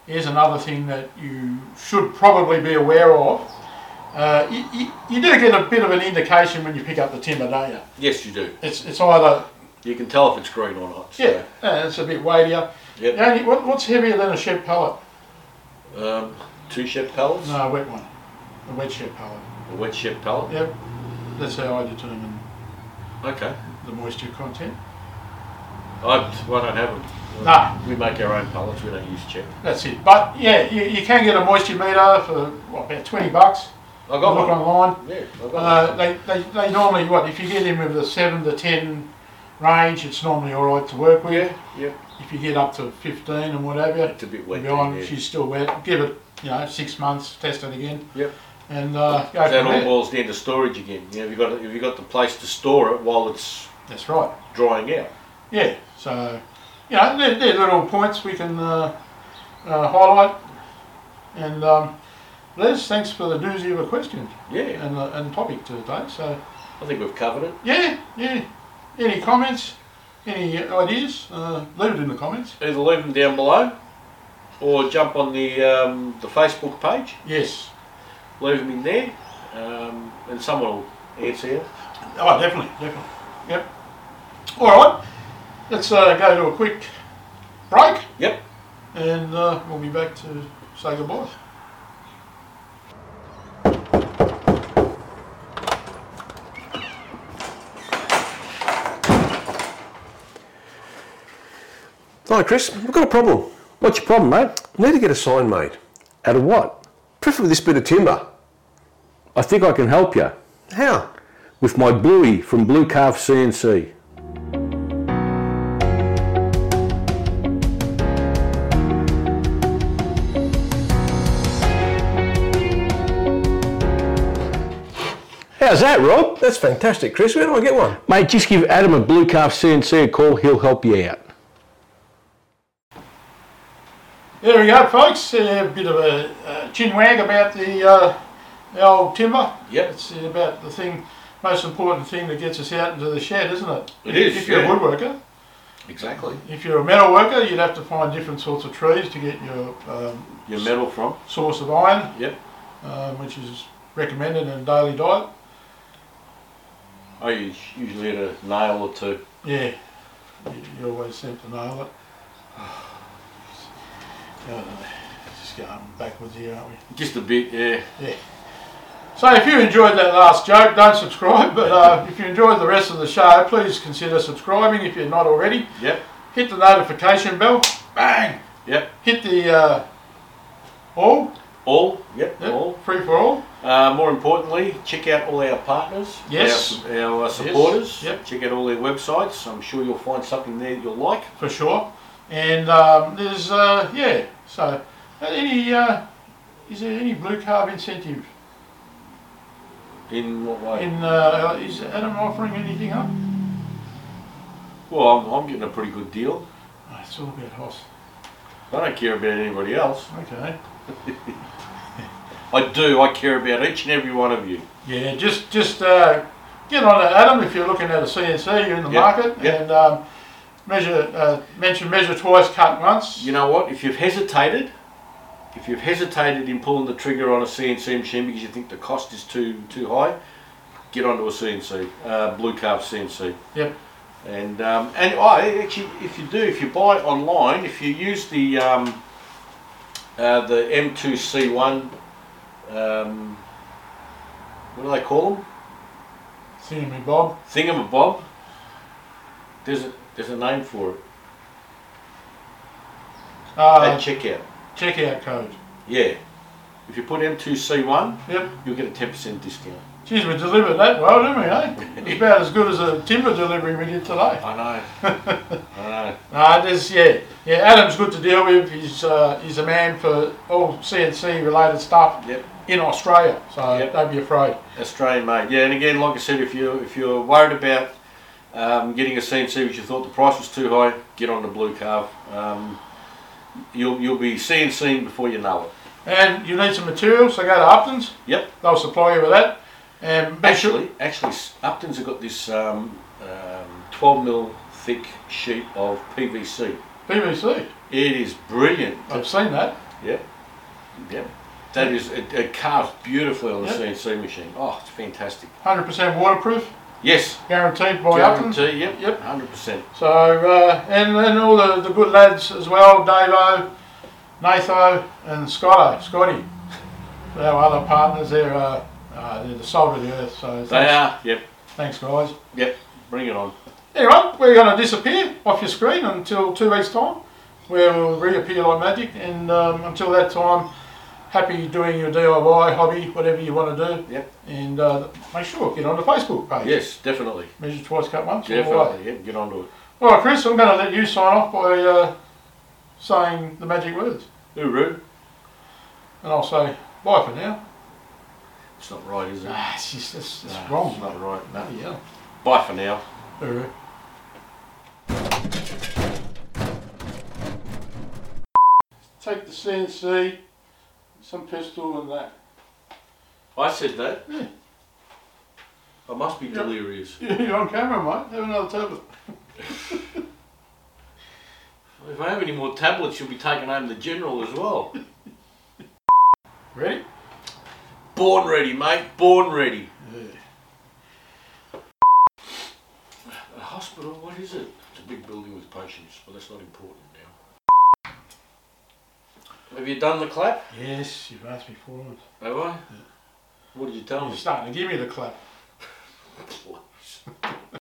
B: Here's another thing that you should probably be aware of. Uh, you, you, you do get a bit of an indication when you pick up the timber, don't you?
A: Yes, you do.
B: It's, it's either
A: You can tell if it's green or not. so,
B: yeah, yeah, it's a bit weightier.
A: Yep.
B: The only- what, what's heavier than a shed pallet?
A: Um, two ship pellets.
B: No, a wet one. A wet shed pallet.
A: A wet ship pellet.
B: Yep. That's how I determine
A: Okay.
B: the moisture content.
A: I, well, I don't have them.
B: Nah,
A: We make our own pellets. We don't use chip.
B: that's it. But yeah, you, you can get a moisture meter for what, about 20 bucks.
A: I got
B: Look
A: one.
B: online.
A: Yeah, I got
B: Uh,
A: one.
B: they, they, they normally, what, if you get in with the 7 to 10 range, it's normally alright to work with.
A: Yeah, yeah.
B: If you get up to 15 and whatever,
A: It's a bit wet.
B: beyond,
A: yeah.
B: she's still wet. Give it, you know, six months, test it again.
A: Yep.
B: And uh, go
A: That
B: from
A: all
B: there.
A: boils down to storage again. You know, have you got have you got the place to store it while it's
B: That's right.
A: drying out?
B: Yeah. So, you know, they're, they're little points we can uh, uh, highlight. And um, Les, thanks for the doozy of a question
A: Yeah,
B: and, uh, and topic today. So,
A: I think we've covered it.
B: yeah, yeah. Any comments? Any ideas? Uh, leave it in the comments.
A: Either leave them down below, or jump on the um, the Facebook page.
B: Yes.
A: Leave them in there, um, and someone will answer you.
B: Oh, definitely, definitely. Yep. All right. Let's uh, go to a quick break,
A: Yep.
B: and uh, we'll be back to say goodbye.
G: Hi, Chris. I've got a problem.
D: What's your problem, mate?
G: I need to get a sign made,
D: Out of what?
G: preferably this bit of timber.
D: I think I can help you
G: How?
D: with my Bluey from Blue Calf CNC. How's that, Rob?
G: That's fantastic, Chris. Where do I get one?
D: Mate, just give Adam at Blue Calf CNC a call. He'll help you out.
B: There we go, folks. A bit of a, uh chin wag about the, uh, the old timber.
A: Yep.
B: It's about the thing, most important thing that gets us out into the shed, isn't it?
A: It is,
B: If you're
A: yeah.
B: a woodworker,
A: Exactly.
B: if you're a metal worker, you'd have to find different sorts of trees to get your um,
A: Your metal from.
B: source of iron,
A: Yep.
B: um, which is recommended in daily diet.
A: I us- usually had a nail or two.
B: Yeah, you, you always seem to nail it. Uh, just going backwards here, aren't we?
A: Just a bit, yeah.
B: So if you enjoyed that last joke, don't subscribe. But uh, if you enjoyed the rest of the show, please consider subscribing if you're not already.
A: Yep.
B: Hit the notification bell. Bang!
A: Yep.
B: Hit the uh, all.
A: All. Yep.
B: Yep,
A: All.
B: Free for all.
A: Uh, more importantly, check out all our partners.
B: Yes.
A: Our, our uh, supporters.
B: Yep.
A: Check out all their websites. I'm sure you'll find something there you'll like.
B: For sure. And um, there's, uh, yeah. So any, uh, is there any blue carb incentive?
A: In what way?
B: In uh, Is Adam offering anything up?
A: well, I'm, I'm getting a pretty good deal.
B: Oh, it's all about Hoss.
A: I don't care about anybody else.
B: Okay.
A: I do. I care about each and every one of you.
B: Yeah, just just uh, get on it, Adam. If you're looking at a CNC, you're in the
A: Yeah,
B: market,
A: yeah.
B: and um, measure uh, mention measure twice, cut once.
A: You know what? If you've hesitated, if you've hesitated in pulling the trigger on a CNC machine because you think the cost is too too high, get onto a CNC, uh, Blue Carve CNC.
B: Yep.
A: And um, and I actually, if you do, if you buy it online, if you use the um, uh, the M2C1, um, what do they call them?
B: See me, Bob.
A: Thingamabob. There's a, there's a name for it.
B: Uh,
A: At checkout.
B: Uh-huh. checkout Uh, code.
A: Yeah. If you put M2C1,
B: Yep.
A: you'll get a 10% discount.
B: Geez, we delivered that well, didn't we, eh? It's about as good as a timber delivery we did today.
A: I know. I know.
B: No, there's, yeah. Yeah, Adam's good to deal with. He's, uh, he's a man for all CNC related stuff
A: Yep.
B: in Australia, so
A: Yep.
B: don't be afraid.
A: Australian made. Yeah, and again, like I said, if you if you're worried about um, getting a CNC which you thought the price was too high, get on the blue carve. Um, you'll you'll be CNCing before you know it.
B: And you need some materials, so go to Upton's.
A: Yep.
B: They'll supply you with that. And make sure-
A: Actually, actually, S- Upton's have got this um, um, 12 mil thick sheet of PVC.
B: PVC.
A: It is brilliant.
B: I've seen that.
A: Yep. Yep. That is it, it carves beautifully on the
B: Yep.
A: CNC machine. Oh, it's fantastic.
B: 100% waterproof,
A: Yes.
B: guaranteed by Upton's.
A: Guarantee. Yep.
B: Yep.
A: Yep. Hundred percent.
B: So, uh, and, and all the, the good lads as well, Davo, Natho, and Scotto, Scotty. They're Our other partners, they're, uh, uh, they're the salt of the earth, so
A: They
B: thanks,
A: are. Yep.
B: thanks guys.
A: Yep. Bring it on.
B: Anyway, we're going to disappear off your screen until two weeks' time, where we'll reappear like magic. And um, until that time, happy doing your DIY hobby, whatever you want to do.
A: Yep.
B: And uh, make sure get on the Facebook page.
A: Yes, definitely.
B: Measure twice, cut once. all the way.
A: Definitely. Yep. Get onto it.
B: All right, Chris, I'm going to let you sign off by uh, saying the magic words.
A: Hooroo.
B: And I'll say bye for now.
A: It's not right, is it?
B: Ah, it's just it's, it's
A: Nah,
B: wrong.
A: It's not right. No.
B: Yeah.
A: Bye for now.
B: All right. Take the CNC, some pistol, and that.
A: I said that. I must be delirious.
B: You're on camera, mate. Have another tablet.
A: If I have any more tablets, you'll be taking home the general as well.
B: Ready?
A: Born ready, mate. Born ready. A hospital? What is it? It's a big building with patients, but that's not important now. Have you done the clap?
B: Yes, you've asked me for it.
A: Have I? What did you tell
B: You're
A: me?
B: starting to give me the clap.
A: What?